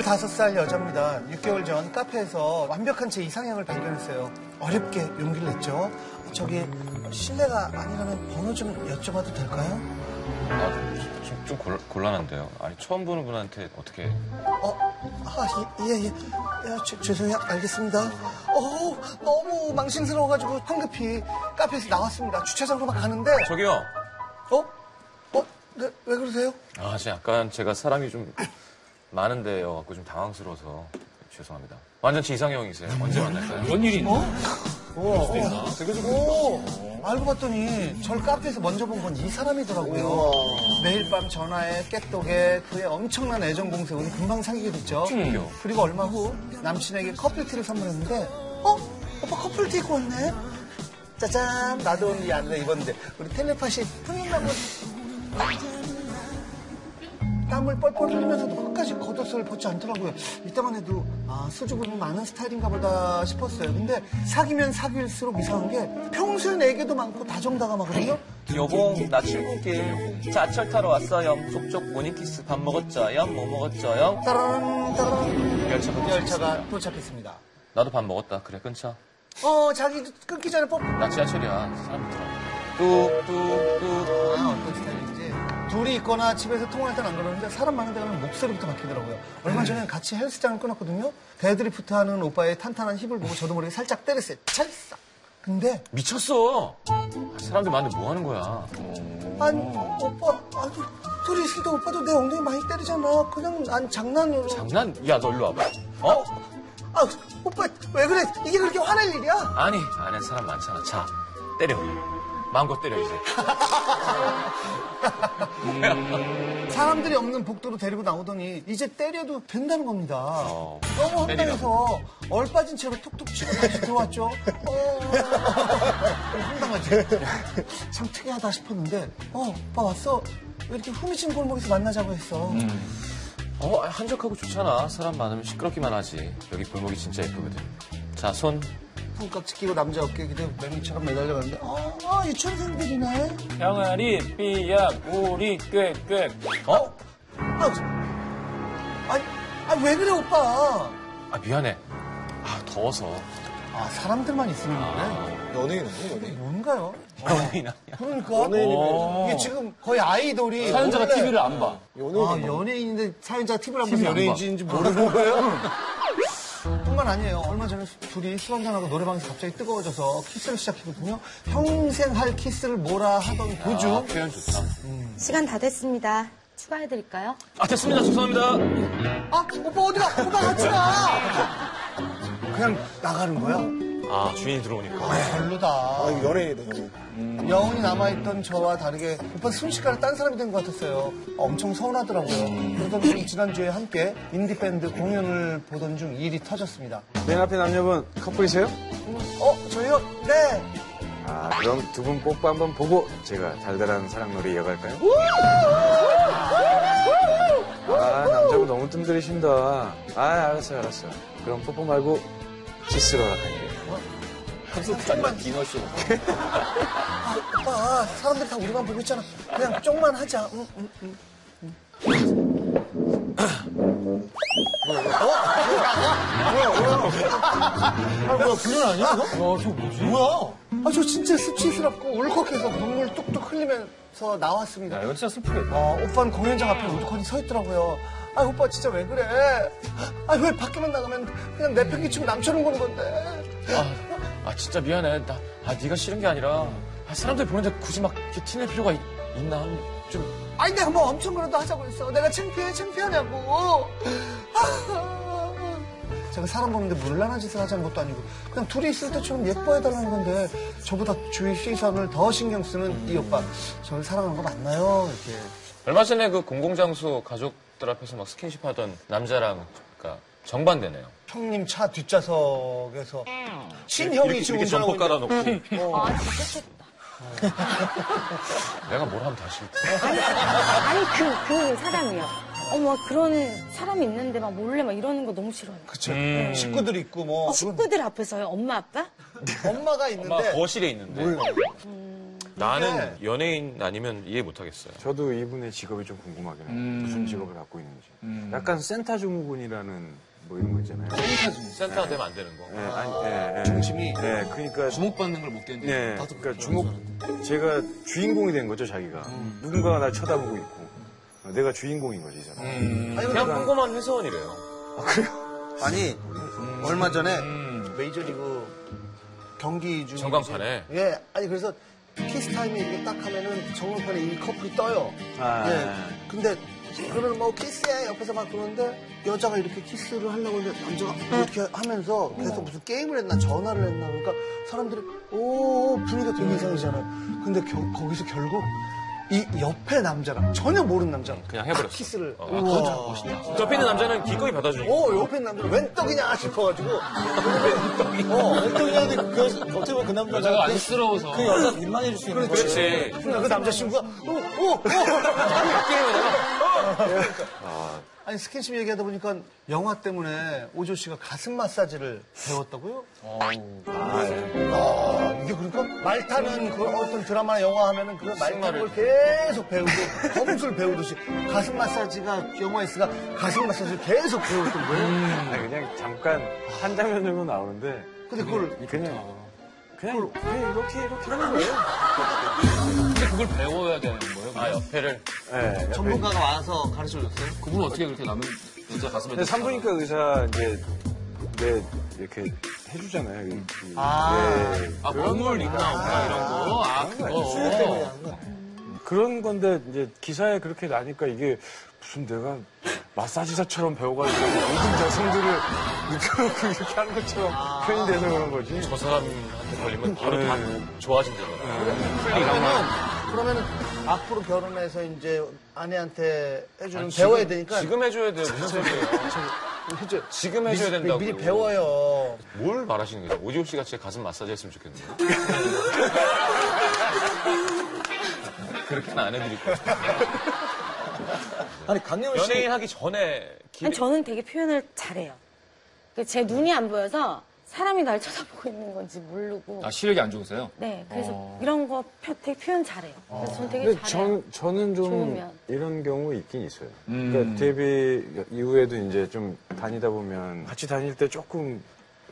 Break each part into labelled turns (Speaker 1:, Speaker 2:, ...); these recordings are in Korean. Speaker 1: 25살 여자입니다. 6개월 전 카페에서 완벽한 제 이상형을 발견했어요. 어렵게 용기를 냈죠. 저기 실례가 아니라면 번호 좀 여쭤봐도 될까요?
Speaker 2: 아, 좀, 좀- 좀 곤- 곤란한데요. 아니, 처음 보는 분한테 어떻게.
Speaker 1: 어, 아, 예, 예, 예. 야, 죄- 죄송해요. 알겠습니다. 어우, 너무 망신스러워가지고 황급히 카페에서 나왔습니다. 주차장으로 막 가는데.
Speaker 2: 저기요!
Speaker 1: 어? 어? 네, 왜 그러세요?
Speaker 2: 아, 진짜 약간 제가 사람이 좀 많은데요. 갖고 좀 당황스러워서. 죄송합니다. 완전 제 이상형이세요. 언제 만날까요?
Speaker 3: 뭔 일이 있나?
Speaker 1: 오, 알고 봤더니 절 카페에서 먼저 본 건 이 사람이더라고요. 매일 밤 전화에 깨똑에 그의 엄청난 애정 공세운 금방 사귀게 됐죠.
Speaker 2: 음.
Speaker 1: 그리고 얼마 후 남친에게 커플티를 선물했는데 어? 오빠 커플티 입고 왔네? 짜잔 나도 오늘 이 안에 입었는데 우리 텔레파시 풀린다고 땀을 뻘뻘 흘리면서도 끝까지 겉옷을 벗지 않더라고요. 이때만 해도 아, 수줍음이 많은 스타일인가 보다 싶었어요. 근데 사귀면 사귈수록 이상한 게 평소에 내게도 많고 다정다감하거든요.
Speaker 2: 네.
Speaker 4: 여봉 나 출근길 자철 타러 왔어요 족족 모닝키스 밥 먹었죠요 뭐 먹었죠요
Speaker 1: 따란 따란
Speaker 2: 열차 끊기
Speaker 1: 열차가 도착했습니다.
Speaker 2: 나도 밥 먹었다. 그래, 끊자.
Speaker 1: 어 자기 끊기 전에 아, 뽀뽀
Speaker 2: 나 지하철이야. 사람 있더라. 뚝, 뚝, 뚝.
Speaker 1: 아, 어떤 스타일인지 둘이 있거나 집에서 통화할 땐 안 그러는데 사람 많은 데 가면 목소리부터 바뀌더라고요. 얼마 전에 같이 헬스장을 끊었거든요. 데드리프트 하는 오빠의 탄탄한 힙을 보고 저도 모르게 살짝 때렸어요. 찰싹. 근데
Speaker 2: 미쳤어! 아, 사람들 많은데 뭐 하는 거야?
Speaker 1: 아니 오빠 아니 둘이 있을 때 오빠도 내 엉덩이 많이 때리잖아. 그냥 난 장난으로.
Speaker 2: 장난? 야, 너 일로 와봐. 어?
Speaker 1: 아 오빠 왜 그래? 이게 그렇게 화낼 일이야?
Speaker 2: 아니, 아는 사람 많잖아. 자, 때려. 마음껏 때려, 이제.
Speaker 1: 사람들이 없는 복도로 데리고 나오더니 이제 때려도 된다는 겁니다.
Speaker 2: 어.
Speaker 1: 너무
Speaker 2: 때리라고.
Speaker 1: 황당해서 얼빠진 채로 톡톡 치고 다시 들어왔죠. 어. 황당하지? 참 특이하다 싶었는데 어, 오빠 왔어? 왜 이렇게 후미진 골목에서 만나자고 했어?
Speaker 2: 어, 한적하고 좋잖아. 사람 많으면 시끄럽기만 하지. 여기 골목이 진짜 예쁘거든. 자, 손.
Speaker 1: 손깍지 끼고 남자 어깨 기대 맹미처럼 매달려 가는데 어, 아, 유치원생들이네.
Speaker 3: 병아리, 삐약, 오리, 꾀, 꾀.
Speaker 2: 어?
Speaker 1: 아, 저- 아니, 아니 왜 그래 오빠?
Speaker 2: 아, 미안해. 아, 더워서.
Speaker 3: 어.
Speaker 1: 아, 사람들만 있으면 그래?
Speaker 5: 연예인은 연예인.
Speaker 1: 뭔가요?
Speaker 2: 연예인 아니야?
Speaker 1: 그러니까
Speaker 2: 연예인이네.
Speaker 1: 이게 지금 거의 아이돌이
Speaker 2: 어,
Speaker 3: 사연자가
Speaker 1: 원래-
Speaker 3: TV를 안 봐.
Speaker 1: 아, 연예인인데 사연자 TV를 한번
Speaker 5: 연예인인지 모르는 거예요? 아,
Speaker 1: 뿐만 아니에요. 얼마 전에 둘이 술 한잔하고 노래방에서 갑자기 뜨거워져서 키스를 시작했거든요. 평생 할 키스를 뭐라 하던 그
Speaker 2: 아,
Speaker 1: 도중
Speaker 2: 표현 좋다.
Speaker 6: 시간 다 됐습니다. 추가해드릴까요?
Speaker 2: 아, 됐습니다. 죄송합니다.
Speaker 1: 아, 오빠 어디가? 오빠 같이 가! 그냥 나가는 거야?
Speaker 2: 아, 주인이 들어오니까.
Speaker 1: 별로다.
Speaker 5: 아, 이거 연예인이다, 연예인.
Speaker 1: 여운이 남아있던 저와 다르게 오빠 순식간에 딴 사람이 된 것 같았어요. 엄청 서운하더라고요. 그러던 중 지난주에 함께 인디밴드 공연을 보던 중 일이 터졌습니다.
Speaker 7: 맨 앞에 남녀분 커플이세요?
Speaker 1: 어, 저요? 네!
Speaker 7: 아, 그럼 두 분 뽀뽀 한번 보고 제가 달달한 사랑놀이 이어갈까요? 아, 남자분 너무 뜸들이신다. 아, 알았어요, 알았어요. 그럼 뽀뽀 말고 키스로 할게요.
Speaker 1: 오빠, 사람들 다 우리만 보고 있잖아. 그냥 쪽만 하자. 응, 응, 응, 응. 어? 뭐야, 뭐야? 아, 뭐야, 불륜 아니야, 이거? 아, 저 뭐지? 뭐야? 아, 저 진짜 수치스럽고 울컥해서 눈물 뚝뚝 흘리면서 나왔습니다.
Speaker 3: 아, 이거 진짜 슬프겠다.
Speaker 1: 어, 오빠는 공연장 앞에 우두커니 서 있더라고요. 아, 오빠 진짜 왜 그래? 아, 왜 밖에만 나가면 그냥 내 편기치고 남처럼 보는 건데.
Speaker 2: 아, 아, 진짜 미안해. 나, 아, 네가 싫은 게 아니라. 아, 사람들 보는데 굳이 막 이렇게 티낼 필요가 있, 나 좀.
Speaker 1: 아니 내가 뭐 엄청 그래도 하자고 했어. 내가 창피해 창피하냐고. 아. 제가 사람 보는데 물란한 짓을 하자는 것도 아니고 그냥 둘이 있을 때처럼 예뻐해달라는 건데 저보다 주위 시선을 더 신경 쓰는 이 오빠 저를 사랑하는 거 맞나요? 이렇게
Speaker 2: 얼마 전에 그 공공장소 가족들 앞에서 막 스킨십 하던 남자랑, 그니까, 정반대네요.
Speaker 1: 형님 차 뒷좌석에서 음. 친형이 지금 운전하고 있는데
Speaker 2: 깔아놓고.
Speaker 6: 아, 좋겠다.
Speaker 2: 내가 뭘 하면 다시.
Speaker 6: 아니, 아니, 그, 그 사람이요. 어머, 그런 사람이 있는데 막 몰래 막 이러는 거 너무 싫어요.
Speaker 1: 그쵸 식구들 있고 뭐
Speaker 6: 어, 식구들 앞에서요, 엄마, 아빠?
Speaker 1: 엄마가 있는데
Speaker 6: 음.
Speaker 2: 거실에 있는데. 나는 연예인 아니면 이해 못하겠어요.
Speaker 7: 저도 이분의 직업이 좀 궁금하긴 해요.
Speaker 3: 음.
Speaker 7: 무슨 직업을 갖고 있는지.
Speaker 3: 음.
Speaker 7: 약간 센터 증후군이라는 뭐 이런 거 있잖아요.
Speaker 2: 센터가 되면 안 되는 거.
Speaker 7: 예, 아니, 예, 예.
Speaker 8: 중심이
Speaker 7: 네, 그러니까
Speaker 8: 주목받는 걸 못 견디고
Speaker 7: 네,
Speaker 8: 나도
Speaker 7: 그러니까
Speaker 8: 그런 줄
Speaker 7: 주목 제가 주인공이 된 거죠 자기가 누군가가 날 쳐다보고 있고 어, 내가 주인공인 거지 이 사람.
Speaker 2: 그냥 평범한 회사원이래요.
Speaker 1: 아니
Speaker 2: 음.
Speaker 1: 얼마 전에 메이저리그 경기 중
Speaker 2: 전광판에.
Speaker 1: 예 아니 그래서 키스타임이 이렇게 딱 하면은 전광판에 이 커플이 떠요
Speaker 7: 아.
Speaker 1: 예 근데 그러면 뭐 키스해 옆에서 막 그러는데 여자가 이렇게 키스를 하려고 하는데 남자가 이렇게 하면서 계속 무슨 게임을 했나 전화를 했나 그러니까 사람들이 오 분위기가 되게 이상해지잖아요 근데 겨- 거기서 결국 이 옆에 남자랑 전혀 모르는 남자랑
Speaker 2: 그냥 해버렸어.
Speaker 1: 키스를
Speaker 2: 어.
Speaker 1: 우와.
Speaker 2: 옆에 있는 남자는 기꺼이 받아주니까.
Speaker 1: 오, 어, 옆에 있는 남자 웬 떡이냐 싶어가지고.
Speaker 5: 어, 어떻게 그, 어떻게 보면 그 남자가.
Speaker 8: 여자가 안쓰러워서
Speaker 5: 그 여자 민망해질 수 있는 거지.
Speaker 2: 그렇지.
Speaker 1: 그 남자친구가, 어, 오, 오, 오!
Speaker 2: 그
Speaker 1: 아니, 스킨십 얘기하다 보니까 영화 때문에 오조 씨가 가슴 마사지를 배웠다고요? 아, 이게 그러니까 말 타는 그 어떤 드라마나 영화 하면은 그 말 타는 걸 계속 배우고 검술 배우듯이 가슴 마사지가 영화에 있으니까 가슴 마사지를 계속 배웠던 거예요?
Speaker 7: 음. 아니, 그냥 잠깐 한 장면 정도 나오는데
Speaker 1: 근데 그걸
Speaker 7: 그냥 그냥 그냥 이렇게 이렇게 하는 거예요.
Speaker 8: 근데 그걸 배워야 되는 거예요
Speaker 2: 아, 옆에를.
Speaker 7: 예.
Speaker 1: 전문가가 와서 가르쳐 줬어요?
Speaker 8: 그분은 어떻게 그렇게 남은 여자 가슴에
Speaker 7: 근데 산부인과 의사 이제 내 이렇게 해주잖아요. 이- 이-
Speaker 1: 아.
Speaker 7: 네.
Speaker 8: 아 물물 있나 없나 이런 거아 그거
Speaker 2: 어.
Speaker 7: 그런 건데 이제 기사에 그렇게 나니까 이게 무슨 내가 마사지사처럼 배워가지고 모든 여성들을 이끌어놓고 이렇게 하는 것처럼 표현돼서 그런 거지.
Speaker 2: 저 사람한테 걸리면 바로 다 좋아진다잖아.
Speaker 1: 네. 그러면은 그러면은 앞으로 결혼해서 이제 아내한테 해주는 배워야 되니까
Speaker 2: 지금 해줘야 돼. 무슨 소리예요?
Speaker 1: 그죠?
Speaker 2: 지금 해줘야
Speaker 1: 미리-
Speaker 2: 된다고.
Speaker 1: 미리 배워요.
Speaker 2: 뭘 말하시는 거예요? 오지호 씨가 제 가슴 마사지 했으면 좋겠네요. 그렇게는 안 해드릴 거예요.
Speaker 5: 아니, 강렬 씨.
Speaker 2: 연예인 하기 전에 기...
Speaker 6: 아니, 저는 되게 표현을 잘해요. 그제 눈이 안 보여서 사람이 날 쳐다보고 있는 건지 모르고.
Speaker 8: 아 시력이 안 좋으세요?
Speaker 6: 네, 그래서 이런 거 표, 되게 표현 잘해요. 그래서 저는 되게
Speaker 7: 근데
Speaker 6: 잘해요.
Speaker 7: 전, 저는 좀
Speaker 6: 좋으면.
Speaker 7: 이런 경우 있긴 있어요. 그러니까 데뷔 이후에도 이제 좀 다니다 보면 같이 다닐 때 조금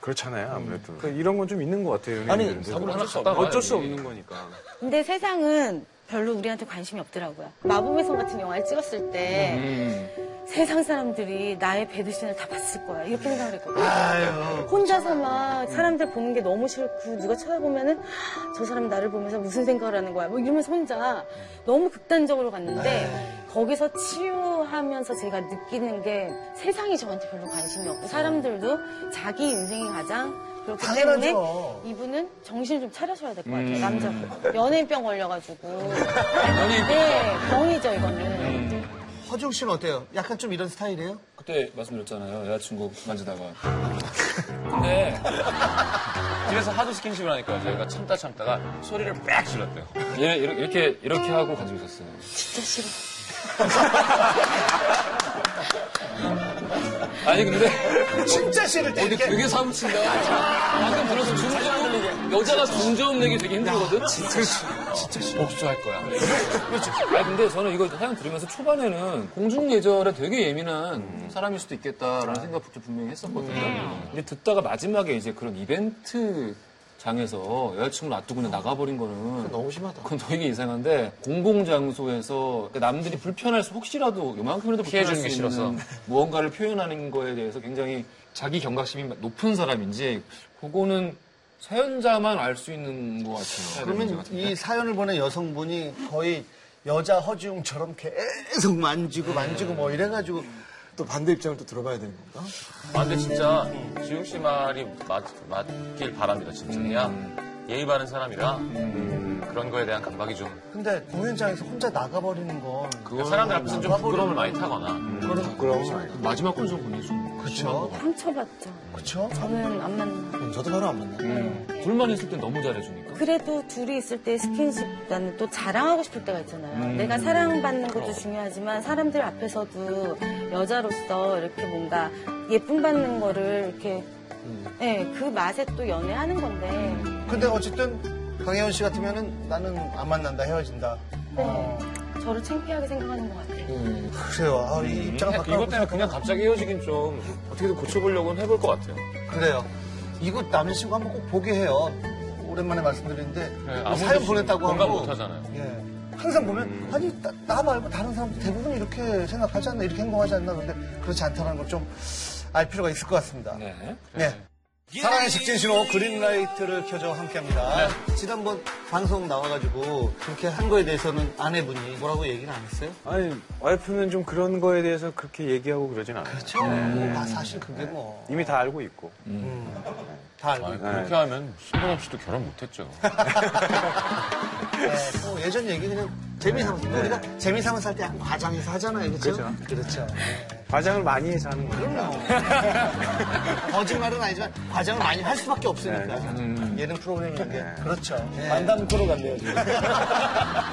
Speaker 7: 그렇잖아요, 아무래도. 그러니까 이런 건 좀 있는 것 같아요, 연예인들도.
Speaker 2: 하나 갔다 와야
Speaker 7: 어쩔 수
Speaker 2: 돼.
Speaker 7: 없는 거니까.
Speaker 6: 근데 세상은 별로 우리한테 관심이 없더라고요. 마법의 성 같은 영화를 찍었을 때
Speaker 1: 음.
Speaker 6: 세상 사람들이 나의 배드신을 다 봤을 거야. 이렇게 생각을 했거든요. 혼자서 막
Speaker 1: 음.
Speaker 6: 사람들 보는 게 너무 싫고 누가 쳐다보면은 "하, 저 사람 나를 보면서 무슨 생각을 하는 거야. 뭐 이러면서 혼자 너무 극단적으로 갔는데
Speaker 1: 네.
Speaker 6: 거기서 치유하면서 제가 느끼는 게 세상이 저한테 별로 관심이 없고 사람들도 자기 인생이 가장 그렇기 때문에
Speaker 1: 당연하죠.
Speaker 6: 이분은 정신을 좀 차려셔야 될 것 같아요, 남자분. 연예인병 걸려가지고. 네, 병이죠, 이거는.
Speaker 1: 허중 씨는 어때요? 약간 좀 이런 스타일이에요?
Speaker 8: 그때 말씀드렸잖아요 여자친구 만지다가 근데
Speaker 2: 집에서 하도 스킨십을 하니까 저희가 참다 참다가 소리를 빽 질렀대요.
Speaker 8: 얘 이렇게- 이렇게 이렇게 하고 가지고 있었어요
Speaker 6: 진짜 싫어.
Speaker 8: 아니 근데
Speaker 1: 진짜 싫을 때
Speaker 8: 근데
Speaker 1: 이렇게
Speaker 8: 되게 사무친다 방금 들어서 중점 여자가 중점 내기 되게 힘들거든 진짜
Speaker 2: 복수할 거야.
Speaker 8: 그렇죠. 아 근데 저는 이거 사연 들으면서 초반에는 공중 예절에 되게 예민한 사람일 수도 있겠다라는 생각부터 분명히 했었거든요. 근데 듣다가 마지막에 이제 그런 이벤트 장에서 여자친구 놔두고 그냥 나가버린 거는
Speaker 5: 너무 심하다.
Speaker 8: 그건 되게 이상한데 공공 장소에서 남들이 불편해서 혹시라도 요만큼이라도
Speaker 2: 피해주는
Speaker 8: 불편할 수
Speaker 2: 게
Speaker 8: 있는
Speaker 2: 싫어서.
Speaker 8: 무언가를 표현하는 거에 대해서 굉장히 자기 경각심이 높은 사람인지 그거는 사연자만 알 수 있는 것 같아요.
Speaker 1: 그러면 이 사연을 보낸 여성분이 거의 여자 허지웅처럼 계속 만지고 만지고 뭐 이래가지고
Speaker 5: 또 반대 입장을 또 들어봐야 되는 건가?
Speaker 2: 아, 근데 진짜 지웅 씨 말이 맞, 맞길 바랍니다, 진짜.
Speaker 8: 음.
Speaker 2: 그냥 예의 바른 사람이라 그런 거에 대한 감각이 좀.
Speaker 1: 근데 공연장에서 혼자 나가버리는 건
Speaker 2: 그러니까 사람들
Speaker 8: 뭐
Speaker 2: 앞에서 좀 부끄러움을 많이 타거나.
Speaker 8: 음.
Speaker 5: 부끄러움.
Speaker 8: 마지막 콘서분이좀
Speaker 1: 그쵸?
Speaker 6: 상처받죠.
Speaker 1: 그쵸?
Speaker 6: 저는 안 만나.
Speaker 5: 저도 바로 안 만나.
Speaker 8: 둘만 있을 땐 너무 잘해주니까.
Speaker 6: 그래도 둘이 있을 때 스킨십 나는 또 자랑하고 싶을 때가 있잖아요. 내가 사랑받는 것도 중요하지만 사람들 앞에서도 여자로서 이렇게 뭔가 예쁨 받는
Speaker 1: 음.
Speaker 6: 거를 이렇게 네, 그 맛에 또 연애하는 건데
Speaker 1: 근데 어쨌든 강혜원 씨 같으면은 나는 안 만난다 헤어진다.
Speaker 6: 네. 저를 창피하게 생각하는 것 같아요.
Speaker 1: 그래요. 아, 이 입장 바꿔.
Speaker 2: 이것 때문에 그냥 갑자기 헤어지긴 좀 어떻게든 고쳐보려고는 해볼 것 같아요.
Speaker 1: 그래요. 이거 남자친구 한번 꼭 보게 해요. 오랜만에 말씀드리는데
Speaker 2: 네,
Speaker 1: 뭐
Speaker 2: 아무도
Speaker 1: 사연 보냈다고
Speaker 2: 공감
Speaker 1: 하고
Speaker 2: 못하잖아요. 음.
Speaker 1: 예. 항상 보면 아니 나, 나 말고 다른 사람 대부분 이렇게 생각하지 않나 이렇게 행동하지 않나 근데 그렇지 않다는 걸 좀 알 필요가 있을 것 같습니다. 네. 사랑의 직진 신호 그린라이트를 켜줘 함께합니다.
Speaker 2: 네.
Speaker 1: 지난번 방송 나와가지고 그렇게 한 거에 대해서는 아내분이 뭐라고 얘기는 안 했어요?
Speaker 7: 아니 와이프는 좀 그런 거에 대해서 그렇게 얘기하고 그러진 않아요.
Speaker 2: 네.
Speaker 1: 그렇죠. 아, 사실 그게 뭐 다
Speaker 7: 이미 다 알고 있고.
Speaker 1: 알고
Speaker 2: 아니,
Speaker 1: 있고
Speaker 2: 그렇게 하면 신동엽 씨도 결혼 못했죠.
Speaker 1: 네, 뭐 예전 얘기 그냥 재미삼아 우리가 재미삼아 살 때 약간 과장해서 하잖아요, 네. 그렇죠? 그렇죠.
Speaker 7: 과장을 많이 해서 하는 거예요.
Speaker 1: 그럼요. 거짓말은 아니지만 과장을 많이 할 수밖에 네. 음. 없으니까 예능 프로그램인 게 그렇죠. 만담 프로 같네요.